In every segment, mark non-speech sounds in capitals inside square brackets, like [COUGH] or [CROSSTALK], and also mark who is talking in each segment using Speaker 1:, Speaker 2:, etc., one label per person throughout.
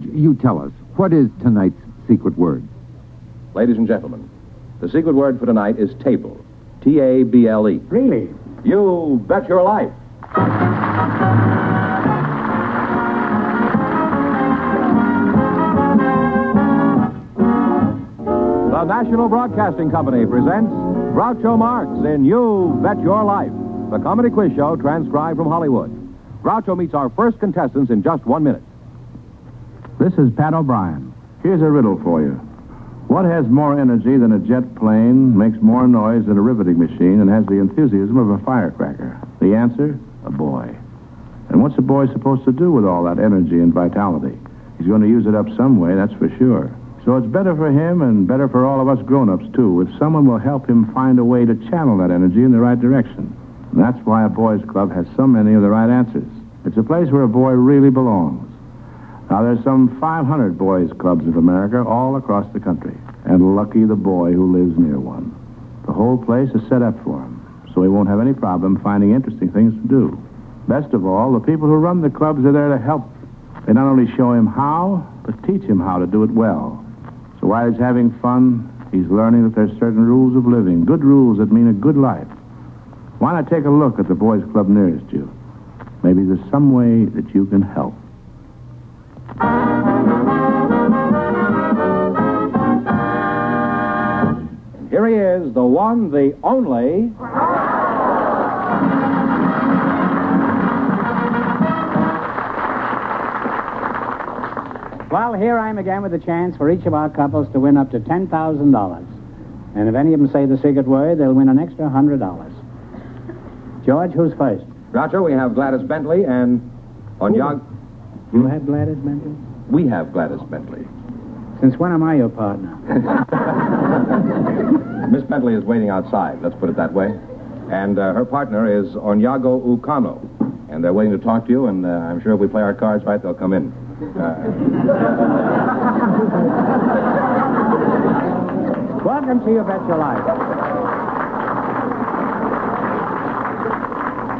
Speaker 1: you tell us, what is tonight's secret word?
Speaker 2: Ladies and gentlemen, the secret word for tonight is table. T A B L E.
Speaker 3: Really?
Speaker 2: You bet your life. The National Broadcasting Company presents Groucho Marx in You Bet Your Life, the comedy quiz show transcribed from Hollywood. Groucho meets our first contestants in just one minute.
Speaker 4: This is Pat O'Brien. Here's a riddle for you. What has more energy than a jet plane, makes more noise than a riveting machine, and has the enthusiasm of a firecracker? The answer? A boy. And what's a boy supposed to do with all that energy and vitality? He's going to use it up some way, that's for sure. So it's better for him and better for all of us grown-ups, too, if someone will help him find a way to channel that energy in the right direction. And that's why a boys' club has so many of the right answers. It's a place where a boy really belongs. Now, there's some 500 boys' clubs of America all across the country, and lucky the boy who lives near one. The whole place is set up for him, so he won't have any problem finding interesting things to do. Best of all, the people who run the clubs are there to help. They not only show him how, but teach him how to do it well. So while he's having fun, he's learning that there's certain rules of living, good rules that mean a good life. Why not take a look at the boys' club nearest you? Maybe there's some way that you can help.
Speaker 2: Here he is, the one, the only.
Speaker 3: Well, here I am again with a chance for each of our couples to win up to $10,000. And if any of them say the secret word, they'll win an extra $100. George, who's first?
Speaker 2: Groucho, we have Gladys Bentley and on Yog.
Speaker 3: You have Gladys Bentley?
Speaker 2: We have Gladys Bentley.
Speaker 3: Since when am I your partner?
Speaker 2: Miss Bentley is waiting outside, let's put it that way. And uh, her partner is Onyago Ukano. And they're waiting to talk to you, and uh, I'm sure if we play our cards right, they'll come in. Uh,
Speaker 3: Welcome to You Bet Your Life.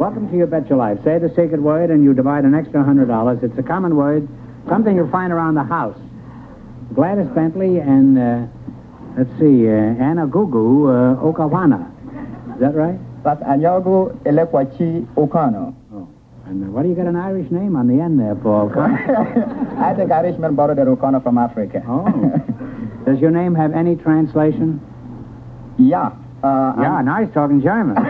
Speaker 3: Welcome to You Bet Your Life. Say the secret word and you divide an extra $100. It's a common word, something you'll find around the house. Gladys Bentley and, uh, let's see, uh, Anna Gugu uh, Okawana. Is that right?
Speaker 5: That's Anyago Elekwachi Okano.
Speaker 3: Oh. And uh, what do you got an Irish name on the end there for? Okana?
Speaker 5: I think Irishmen borrowed that Okano from Africa.
Speaker 3: oh. Does your name have any translation?
Speaker 5: [LAUGHS] yeah. Uh,
Speaker 3: Yeah, nice talking German.
Speaker 5: and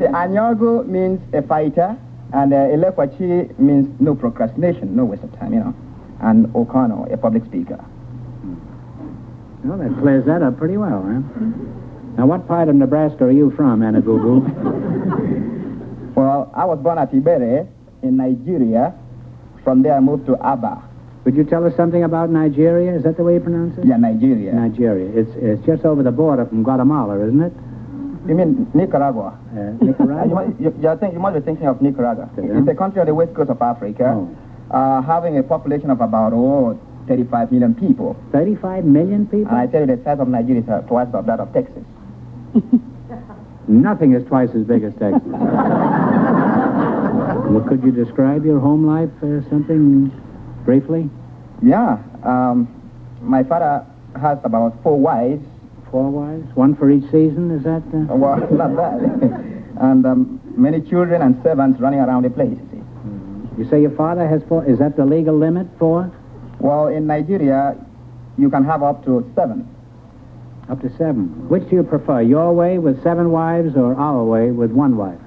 Speaker 5: the Anyago means a fighter, and uh, Elekwachi means no procrastination, no waste of time, you know. And Okano, a public
Speaker 3: [LAUGHS]
Speaker 5: speaker.
Speaker 3: Well, that clears that up pretty well, huh? Now, what part of Nebraska are you from, [LAUGHS] Anagugu?
Speaker 5: Well, I was born at Ibere in Nigeria. From there, I moved to Aba.
Speaker 3: Would you tell us something about Nigeria? Is that the way you pronounce it?
Speaker 5: Yeah, Nigeria.
Speaker 3: Nigeria. It's, it's just over the border from Guatemala, isn't it?
Speaker 5: You mean
Speaker 3: Uh,
Speaker 5: Nicaragua? Uh, You,
Speaker 3: [LAUGHS] Nicaragua?
Speaker 5: might- you, you, think, you must be thinking of Nicaragua.
Speaker 3: Yeah. Oh.
Speaker 5: It's a country on the west coast of Africa, uh, having a population of about oh, 35 million people.
Speaker 3: 35 million people?
Speaker 5: And I tell you, the size of Nigeria is uh, twice of that of Texas.
Speaker 3: Nothing is twice as big as [LAUGHS] Texas. well, could you describe your home life uh, something briefly?
Speaker 5: Yeah. Um, my father has about four wives. [LAUGHS]
Speaker 3: Four wives? One for each season, is that? Uh...
Speaker 5: Well, not bad. [LAUGHS] and um, many children and servants running around the place, you see.
Speaker 3: You say your father has four. Is that the legal limit, four?
Speaker 5: Well, in Nigeria, you can have up to seven.
Speaker 3: Up to seven. Which do you prefer, your way with seven wives or our way with one wife?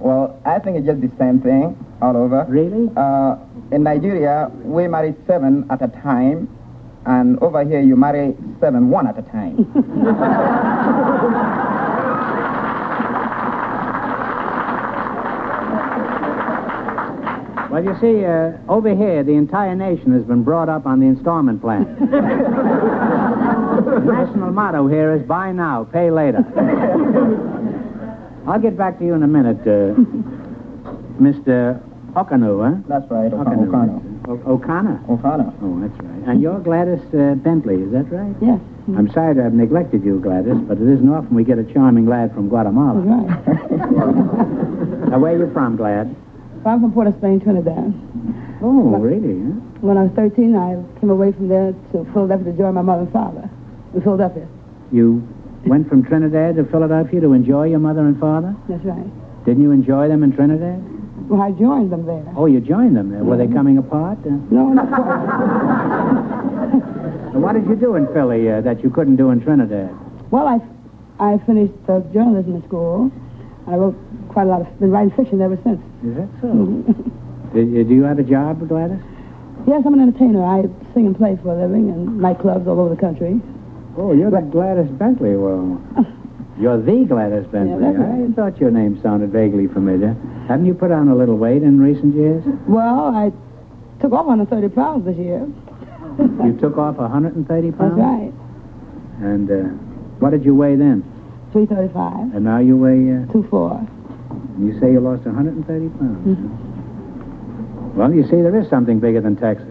Speaker 5: Well, I think it's just the same thing all over.
Speaker 3: Really?
Speaker 5: Uh, in Nigeria, we marry seven at a time, and over here you marry seven one at a [LAUGHS] time.
Speaker 3: Well, you see, uh, over here, the entire nation has been brought up on the installment [LAUGHS] plan. the national motto here is buy now, pay later. I'll get back to you in a minute, uh, Mr. Okano, huh?
Speaker 5: That's right, Okano.
Speaker 3: O- O'Connor.
Speaker 5: Okano.
Speaker 3: Oh, that's right. And you're Gladys uh, Bentley, is that right?
Speaker 6: Yes.
Speaker 3: I'm sorry to have neglected you, Gladys, but it isn't often we get a charming lad from Guatemala. Now, where you from, Glad?
Speaker 6: I'm from Port of Spain, Trinidad.
Speaker 3: Oh, really? Huh?
Speaker 6: When I was 13, I came away from there to Philadelphia to join my mother and father in Philadelphia.
Speaker 3: You went from Trinidad to Philadelphia to enjoy your mother and father?
Speaker 6: That's right.
Speaker 3: Didn't you enjoy them in Trinidad?
Speaker 6: Well, I joined them there.
Speaker 3: Oh, you joined them. Were they coming apart? Uh,
Speaker 6: No, not quite.
Speaker 3: what did you do in Philly uh, that you couldn't do in Trinidad?
Speaker 6: Well, I, I finished uh, journalism in school. I wrote quite a lot of, been writing fiction ever since.
Speaker 3: Is that so? [LAUGHS] Did, do you have a job, Gladys?
Speaker 6: Yes, I'm an entertainer. I sing and play for a living in nightclubs all over the country.
Speaker 3: Oh, you're the Gladys Bentley.
Speaker 6: [LAUGHS]
Speaker 3: Well, you're the Gladys Bentley.
Speaker 6: that's right.
Speaker 3: I thought your name sounded vaguely familiar. Haven't you put on a little weight in recent
Speaker 6: [LAUGHS]
Speaker 3: years?
Speaker 6: Well, I took off 130 pounds this year.
Speaker 3: You took off 130 pounds?
Speaker 6: That's right.
Speaker 3: And uh, what did you weigh then?
Speaker 6: 335,
Speaker 3: And now you weigh, uh,
Speaker 6: 24.
Speaker 3: you say you lost 130 pounds.
Speaker 6: Hmm.
Speaker 3: Well, you see, there is something bigger than
Speaker 6: [LAUGHS]
Speaker 3: Texas.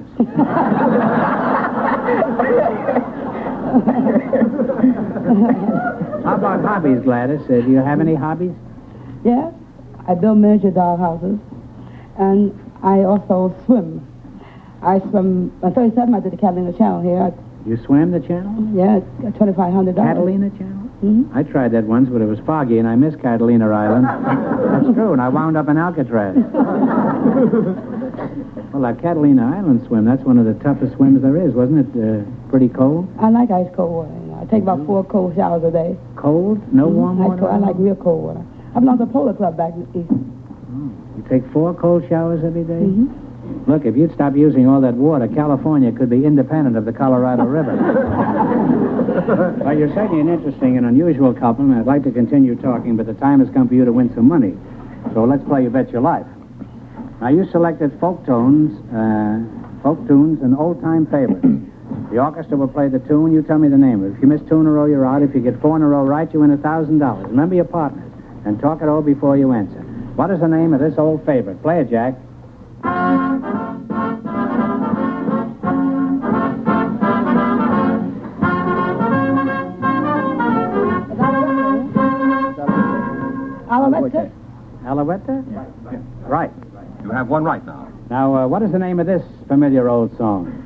Speaker 3: How about hobbies, Gladys? Uh, do you have any hobbies?
Speaker 6: Yes, I build miniature dollhouses, and I also swim. I swim, on 37, I did the Catalina Channel here. I,
Speaker 3: You swam the channel?
Speaker 6: yeah, it's $2,500.
Speaker 3: Catalina Channel?
Speaker 6: Mhm.
Speaker 3: I tried that once, but it was foggy, and I missed Catalina Island. That's true, and I wound up in
Speaker 6: [LAUGHS]
Speaker 3: Alcatraz. well, uh, Catalina Island swim, that's one of the toughest swims there is, wasn't it? Uh, pretty cold?
Speaker 6: I like ice cold water. You know. I take about four cold showers a day. Mm-hmm.
Speaker 3: Cold? Mm-hmm. No warm
Speaker 6: Mm, I,
Speaker 3: water?
Speaker 6: I like real cold water. I belong to a polo club back east.
Speaker 3: You take four cold showers every day?
Speaker 6: Mm-hmm.
Speaker 3: Look, if you'd stop using all that water, California could be independent of the Colorado River. well, you're certainly an interesting and unusual couple, and I'd like to continue talking, but the time has come for you to win some money. So let's play You Bet Your Life. Now, you selected folk tunes, uh, folk tunes and old-time favorites. the orchestra will play the tune. You tell me the name of it. If you miss two in a row, you're out. If you get four in a row right, you win a $1,000. Remember your partners, and talk it over before you answer. What is the name of this old favorite? Play it, Jack.
Speaker 6: Mm-hmm. Alamette,
Speaker 3: Alouette? Right.
Speaker 2: You have one right now.
Speaker 3: Now, uh, what is the name of this familiar old song?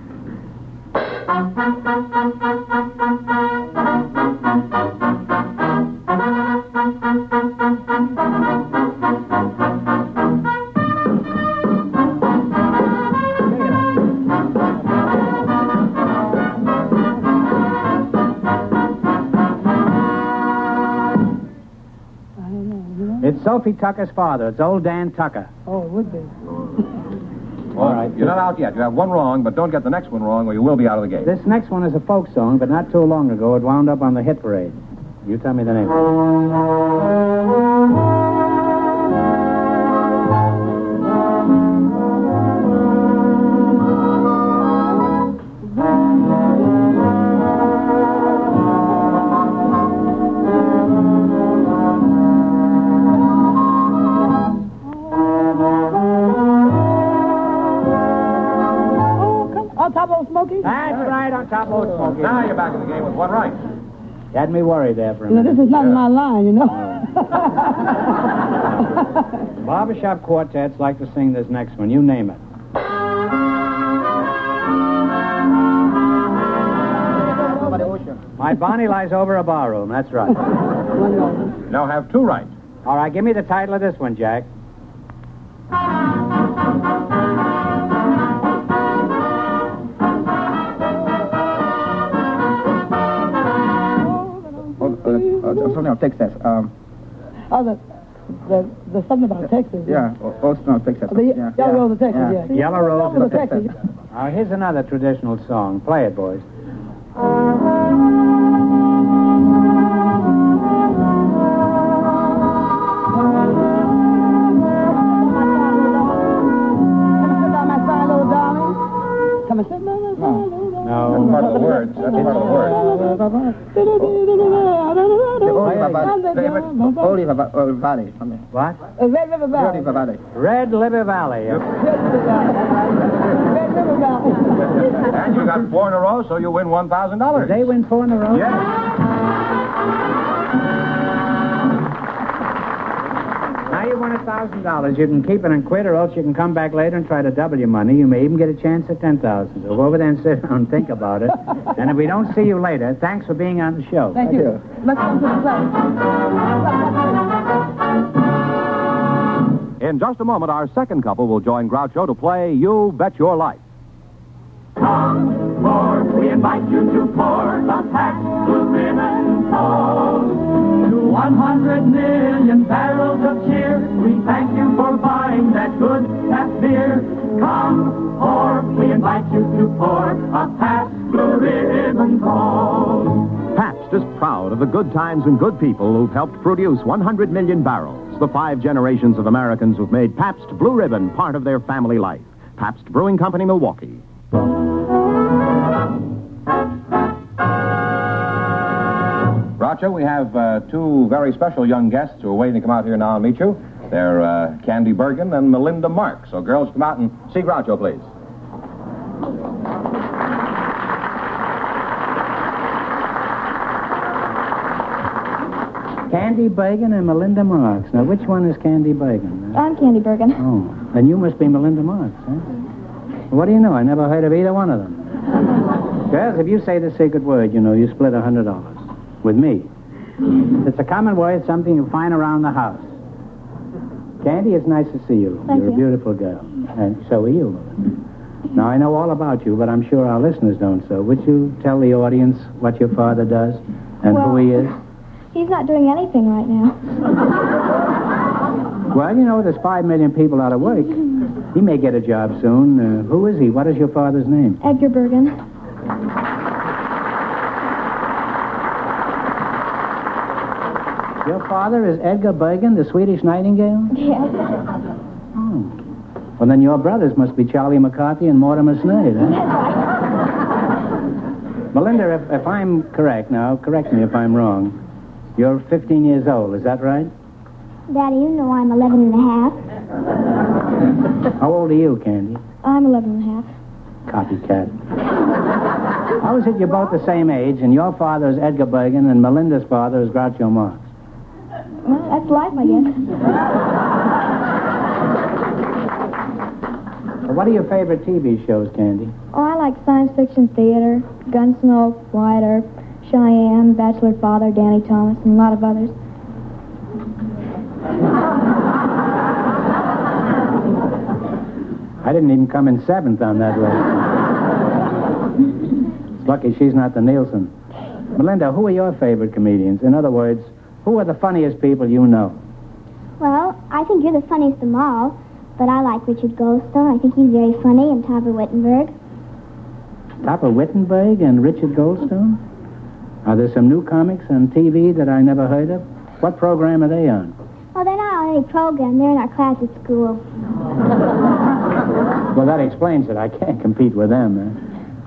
Speaker 6: I don't know. You know?
Speaker 3: It's Sophie Tucker's father. It's old Dan Tucker.
Speaker 6: Oh, it would be.
Speaker 2: All right. You're not out yet. You have one wrong, but don't get the next one wrong, or you will be out of the game.
Speaker 3: This next one is a folk song, but not too long ago it wound up on the hit parade. You tell me the name.
Speaker 6: Oh, come on top of Smokey.
Speaker 3: That's right on top of Smokey.
Speaker 2: Now you're back in the game with one right.
Speaker 3: You had me worried there for a
Speaker 6: You know,
Speaker 3: minute.
Speaker 6: this is not my line, you know.
Speaker 3: Barbershop quartets like to sing this next one. You name it.
Speaker 5: Over the ocean.
Speaker 3: My Bonnie lies over a barroom. That's right.
Speaker 6: One moment.
Speaker 2: You now have two right.
Speaker 3: All right, give me the title of this one, Jack.
Speaker 5: Oh, uh, uh, something of Texas. Um,
Speaker 6: Oh, the, the, the something about Texas.
Speaker 5: yeah, oh, oh, something of Texas.
Speaker 6: Oh, the
Speaker 5: yeah,
Speaker 6: Yellow Rose of Texas, yeah.
Speaker 3: Yellow Rose
Speaker 6: Rose
Speaker 3: of
Speaker 6: of Texas.
Speaker 3: Now, here's another traditional song. Play it, boys.
Speaker 6: Come and sit by my side, little darling. Come and sit by my side, little darling.
Speaker 3: No.
Speaker 2: That's part of the words. That's part of the words.
Speaker 5: The old river valley.
Speaker 6: Oh,
Speaker 5: Old river Va- uh, valley. Something.
Speaker 3: What?
Speaker 6: Red River
Speaker 5: Old
Speaker 6: Valley.
Speaker 5: river valley.
Speaker 3: Red Liver Valley.
Speaker 6: Red River Valley. Red River Valley.
Speaker 2: And you got four in a row, so you win one thousand
Speaker 3: Did
Speaker 2: dollars.
Speaker 3: they win four in a row?
Speaker 2: Yes.
Speaker 3: Now, Now you won a thousand dollars. You can keep it and quit, or else you can come back later and try to double your money. You may even get a chance at ten thousand. So go over there and sit down and think about
Speaker 6: [LAUGHS]
Speaker 3: it. and if we don't see you later, thanks for being on the show.
Speaker 6: Thank you. Let's go to the play.
Speaker 2: In just a moment, our second couple will join Groucho to play You Bet Your Life. Pabst is proud of the good times and good people who've helped produce 100 million barrels, the five generations of Americans who've made Pabst Blue Ribbon part of their family life. Pabst Brewing Company, Milwaukee. Roger, we have uh, two very special young guests who are waiting to come out here now and meet you. They're uh, Candy Bergen and Melinda Mark. So, girls, come out and see Groucho, please.
Speaker 3: Candy Bacon and Melinda Marks. Now, which one is Candy Bacon?
Speaker 7: I'm Candy Bergen.
Speaker 3: Oh, then you must be Melinda Marks, huh? What do you know? I never heard of either one of them.
Speaker 7: [LAUGHS]
Speaker 3: Girls, if you say the secret word, you know, you split a hundred dollars. With me. It's a common word, something you find around the house. Candy, it's nice to see you.
Speaker 7: Thank
Speaker 3: You're a
Speaker 7: you.
Speaker 3: beautiful girl. And so are you, Melinda. Now, I know all about you, but I'm sure our listeners don't, so would you tell the audience what your father does and who he is?
Speaker 7: He's not doing anything right now.
Speaker 3: Well, you know, there's five million people out of work. He may get a job soon. Uh, who is he? What is your father's name?
Speaker 7: Edgar Bergen.
Speaker 3: Your father is Edgar Bergen, the Swedish Nightingale?
Speaker 7: Yes.
Speaker 3: Well, then your brothers must be Charlie McCarthy and Mortimer Snade, huh? Melinda, if, if I'm correct now, correct me if I'm wrong. You're 15 years old, is that right?
Speaker 7: Daddy, you know I'm 11 and a half.
Speaker 3: How old are you, Candy?
Speaker 7: I'm 11 and a half.
Speaker 3: Copycat. How is it you're both the same age, and your father is Edgar Bergen, and Melinda's father is Groucho Marx?
Speaker 7: Well, that's life, I guess.
Speaker 3: What are your favorite TV shows, Candy?
Speaker 7: Oh, I like science fiction theater, Gunsmoke, Wyatt Earp, Cheyenne, Bachelor Father, Danny Thomas, and a lot of others.
Speaker 3: I didn't even come in seventh on that list. it's lucky she's not the Nielsen. Melinda, who are your favorite comedians? In other words, who are the funniest people you know?
Speaker 7: Well, I think you're the funniest of them all, but I like Richard Goldstone. I think he's very funny, and Topper Wittenberg.
Speaker 3: Papa Wittenberg and Richard Goldstone? Are there some new comics on TV that I never heard of? What program are they on?
Speaker 7: Oh, they're not on any program. They're in our class at school.
Speaker 3: Well, that explains it. I can't compete with them. eh?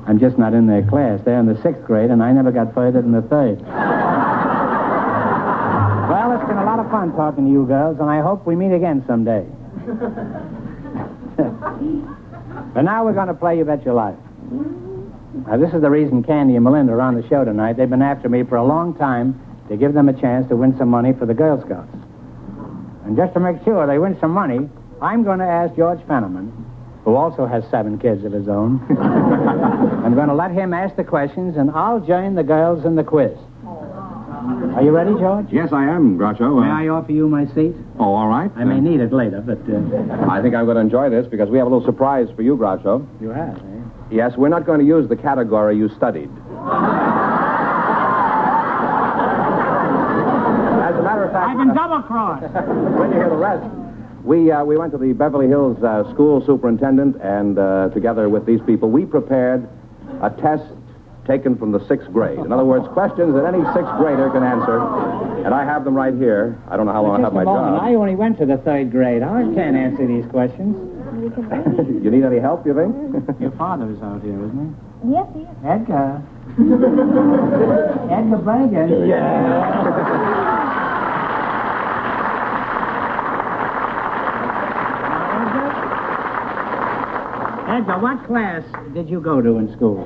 Speaker 3: I'm just not in their class. They're in the sixth grade, and I never got further than the third. well, it's been a lot of fun talking to you girls, and I hope we meet again someday. [LAUGHS] but now we're going to play You Bet Your Life. Now, this is the reason Candy and Melinda are on the show tonight. They've been after me for a long time to give them a chance to win some money for the Girl Scouts. And just to make sure they win some money, I'm going to ask George Fenneman who also has seven kids of his [LAUGHS] own. I'm going to let him ask the questions, and I'll join the girls in the quiz. Are you ready, George?
Speaker 2: Yes, I am, Groucho.
Speaker 3: May I offer you my seat?
Speaker 2: Oh, all right.
Speaker 3: I may need it later, but uh,
Speaker 2: I think I'm going to enjoy this because we have a little surprise for you, Groucho.
Speaker 3: you have. Eh?
Speaker 2: Yes, we're not going to use the category you studied. As a matter of fact,
Speaker 3: double crossed.
Speaker 2: when you hear the rest, we, uh, we went to the Beverly Hills uh, school superintendent, and uh, together with these people, we prepared a test taken from the sixth grade. In other words, questions that any sixth grader can answer. And I have them right here. I don't know how long I have
Speaker 3: Just a
Speaker 2: my
Speaker 3: moment.
Speaker 2: job.
Speaker 3: I only went to the third grade. I can't answer these questions.
Speaker 2: [LAUGHS] you need any help, you think?
Speaker 3: Your father is out here, isn't he?
Speaker 7: Yes, he is.
Speaker 3: [LAUGHS] Edgar. Edgar Bergen. Edgar, what class did you go to in school?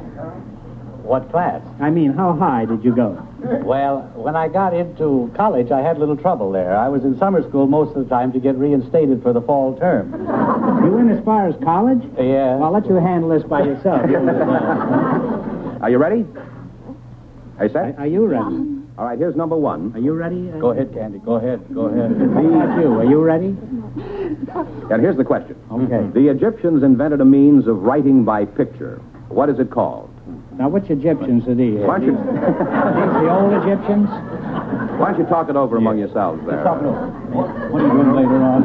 Speaker 8: What class?
Speaker 3: I mean, how high did you go?
Speaker 8: Well, when I got into college, I had little trouble there. I was in summer school most of the time to get reinstated for the fall term.
Speaker 3: You in as far as college?
Speaker 8: Yeah.
Speaker 3: I'll let you handle this by
Speaker 8: [LAUGHS]
Speaker 3: yourself.
Speaker 2: Are you ready? Are you set?
Speaker 3: Are you ready?
Speaker 2: All right, here's number one.
Speaker 3: Are you ready? Uh,
Speaker 8: Go ahead, Candy. Go ahead. Go ahead.
Speaker 3: how about you? Are you ready?
Speaker 2: And here's the question.
Speaker 3: Okay.
Speaker 2: The Egyptians invented a means of writing by picture. What is it called?
Speaker 3: Now, which Egyptians are these?
Speaker 2: Why don't you,
Speaker 3: These the old Egyptians?
Speaker 2: why don't you talk it over among yourselves there?
Speaker 8: Stop it over. What, what are you doing later on?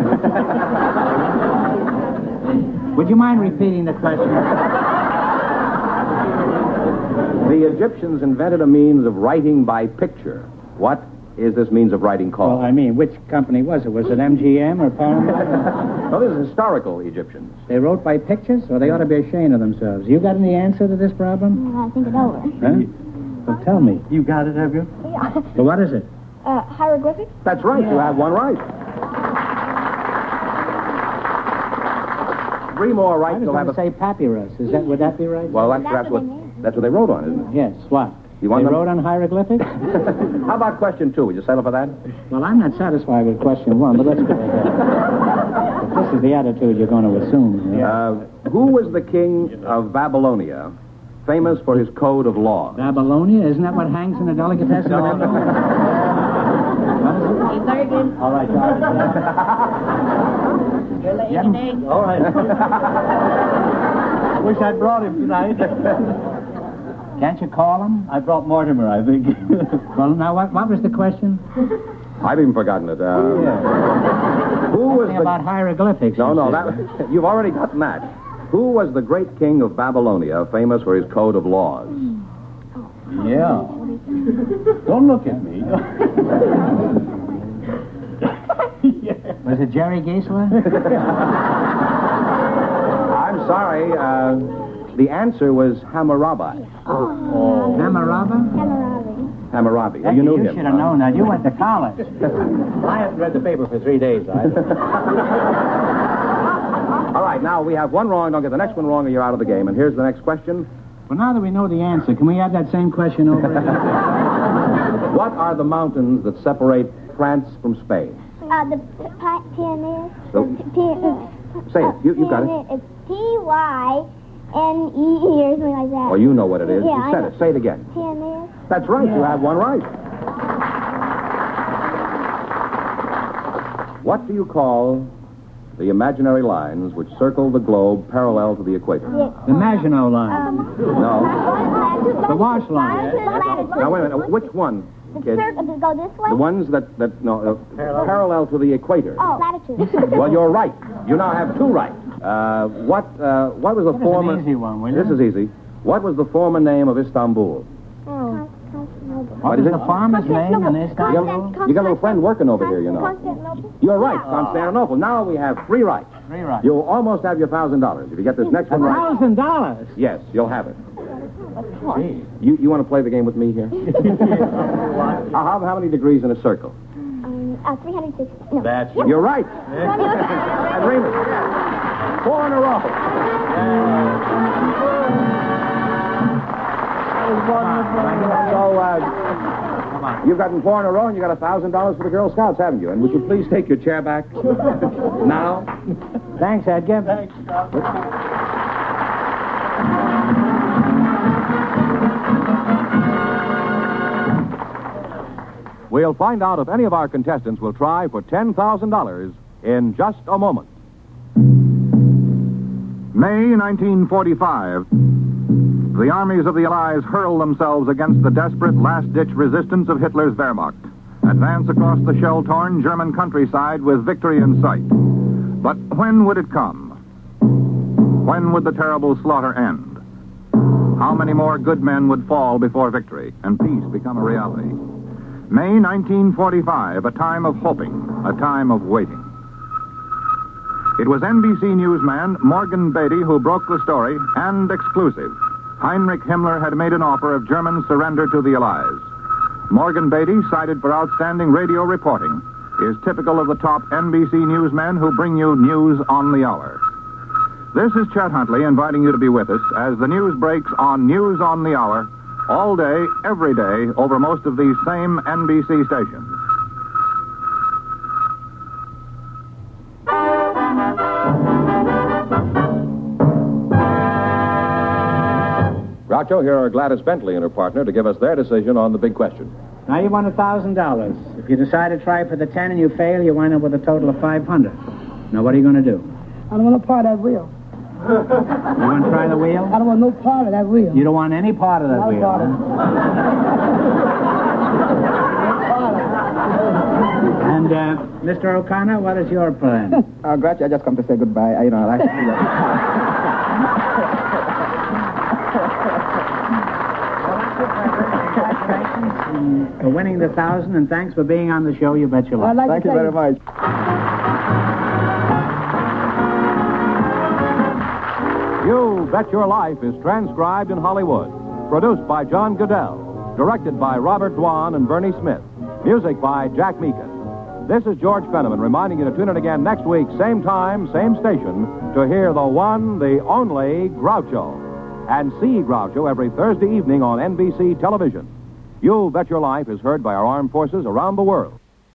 Speaker 3: Would you mind repeating the question?
Speaker 2: The Egyptians invented a means of writing by picture. What is this means of writing
Speaker 3: Well,
Speaker 2: called?
Speaker 3: Oh, I mean, which company was it? Was it MGM or Paramount?
Speaker 2: No, this is historical Egyptians.
Speaker 3: they wrote by pictures, or they ought to be ashamed of themselves. You got any answer to this problem?
Speaker 7: I think it over.
Speaker 3: Huh? Well, tell me.
Speaker 8: You got it, have you?
Speaker 3: Well, what is it?
Speaker 7: [LAUGHS] Uh, hieroglyphics?
Speaker 2: That's right. You have one right. Three more right.
Speaker 3: I was
Speaker 2: You'll
Speaker 3: going
Speaker 2: have
Speaker 3: to
Speaker 2: a.
Speaker 3: say papyrus. Is that would that be right?
Speaker 2: Well, that's,
Speaker 7: That's
Speaker 2: that's
Speaker 7: what
Speaker 2: what
Speaker 7: they mean.
Speaker 2: that's what they wrote on, isn't
Speaker 3: yes. What?
Speaker 2: You want
Speaker 3: they
Speaker 2: them-
Speaker 3: wrote on hieroglyphics?
Speaker 2: it? How about question two? Would you settle for that?
Speaker 3: [LAUGHS] well, I'm not satisfied with question one, but let's go ahead. If [LAUGHS] this is the attitude you're going to assume. you know.
Speaker 2: Uh, who was the king of Babylonia, famous for his code of law?
Speaker 3: Babylonia, isn't that what hangs in the delicatessen?
Speaker 2: Oh. No, no.
Speaker 8: All right, got it. All
Speaker 2: [LAUGHS]
Speaker 8: right. Wish I brought him tonight.
Speaker 3: Can't you call them?
Speaker 8: I brought Mortimer, I think.
Speaker 3: Well, now what? What was the question?
Speaker 2: I've even forgotten it. Uh, Who was
Speaker 3: Something
Speaker 2: the
Speaker 3: about hieroglyphics.
Speaker 2: [LAUGHS] No,
Speaker 3: you
Speaker 2: no,
Speaker 3: said. [LAUGHS]
Speaker 2: that, you've already gotten that. Who was the great king of Babylonia, famous for his code of laws?
Speaker 8: yeah. Don't look at [LAUGHS] me.
Speaker 3: was it Jerry
Speaker 8: [LAUGHS]
Speaker 3: Geisler?
Speaker 2: I'm sorry, uh, the answer was Hammurabi.
Speaker 3: Hammurabi?
Speaker 7: Hammurabi.
Speaker 2: Hammurabi. you knew him.
Speaker 3: should have known that. You went to
Speaker 8: [LAUGHS]
Speaker 3: college.
Speaker 8: I haven't read the paper for three days. I
Speaker 2: All right, now we have one wrong. Don't get the next one wrong, or you're out of the game. And here's the next question:
Speaker 3: well, now that we know the answer, can we have that same question over again?
Speaker 2: What are the mountains that separate France from Spain?
Speaker 7: Uh, the p- pi- pioneer.
Speaker 2: Oh.
Speaker 7: P- pioneer.
Speaker 2: Say it. You, you got it.
Speaker 7: Pioneer. It's P Y N E E or something like that.
Speaker 2: Well, you know what it is.
Speaker 7: Yeah,
Speaker 2: you
Speaker 7: I
Speaker 2: said
Speaker 7: know.
Speaker 2: it. Say it again.
Speaker 7: Pioneer.
Speaker 2: That's right. You have one right. What do you call the imaginary lines which circle the globe parallel to the equator?
Speaker 3: the Maginot Line.
Speaker 7: Uh,
Speaker 2: No.
Speaker 3: The wash line.
Speaker 2: Now wait a minute. Which one, kid?
Speaker 7: Go this way?
Speaker 2: The ones that that no uh, parallel. to the equator.
Speaker 7: Oh, latitude.
Speaker 2: Well, you're right. You now have two right. Uh, what uh, what was the
Speaker 3: Give us
Speaker 2: former?
Speaker 3: an easy one, will you?
Speaker 2: This is easy. What was the former name of Istanbul?
Speaker 7: Con- Constantinople.
Speaker 3: What
Speaker 2: What
Speaker 3: is
Speaker 2: is
Speaker 3: the
Speaker 2: it?
Speaker 3: farmer's name in this
Speaker 2: You got, you got a little friend working over here, you know.
Speaker 7: Constantinople.
Speaker 2: You're right, Constantinople. Now we have three right.
Speaker 3: Three right.
Speaker 2: You'll almost have your thousand dollars if you get this next one right.
Speaker 3: Thousand dollars.
Speaker 2: Yes, you'll have it. You you want to play the game with me here? Uh, how, how many degrees in a circle?
Speaker 7: Um, uh, 360. No.
Speaker 8: That's
Speaker 2: You're right.
Speaker 7: Constantinople.
Speaker 2: And Raymond. Four in a row. So uh,
Speaker 3: Come on.
Speaker 2: you've gotten four in a row, and you got a thousand dollars for the Girl Scouts, haven't you? And would you please take your chair back now?
Speaker 3: Thanks, Edgar. Thanks.
Speaker 2: We'll find out if any of our contestants will try for $10,000 in just a moment.
Speaker 4: May 1945. The armies of the Allies hurl themselves against the desperate last ditch resistance of Hitler's Wehrmacht, advance across the shell torn German countryside with victory in sight. But when would it come? When would the terrible slaughter end? How many more good men would fall before victory and peace become a reality? May 1945, a time of hoping, a time of waiting. It was NBC newsman Morgan Beatty who broke the story, and exclusive. Heinrich Himmler had made an offer of German surrender to the Allies. Morgan Beatty, cited for outstanding radio reporting, is typical of the top NBC newsmen who bring you news on the hour. This is Chet Huntley inviting you to be with us as the news breaks on News on the Hour
Speaker 9: all day, every day, over most of these same NBC stations.
Speaker 2: Groucho, here are Gladys Bentley and her partner to give us their decision on the big question.
Speaker 3: Now you want a thousand dollars. If you decide to try for the ten and you fail, you wind up with a total of five hundred. Now what are you going to do?
Speaker 6: I don't want to part of that wheel.
Speaker 3: You want to try the wheel?
Speaker 6: I don't want no part of that wheel.
Speaker 3: You don't want any part of that
Speaker 6: Not a
Speaker 3: wheel.
Speaker 6: part of it.
Speaker 3: And uh, Mr. O'Connor, what is your plan?
Speaker 5: Uh, Grouchy, I just come to say goodbye. I, you know, I like to see you.
Speaker 3: for winning the thousand, and thanks for being on the show. You bet your
Speaker 6: I'd
Speaker 3: life.
Speaker 5: Thank
Speaker 6: like to
Speaker 5: you very
Speaker 6: say
Speaker 5: much.
Speaker 2: You Bet Your Life is transcribed in Hollywood. Produced by John Goodell. Directed by Robert Dwan and Bernie Smith. Music by Jack Meekin. This is George Fenneman reminding you to tune in again next week, same time, same station, to hear the one, the only Groucho. And see Groucho every Thursday evening on NBC television. You Bet Your Life is heard by our armed forces around the world.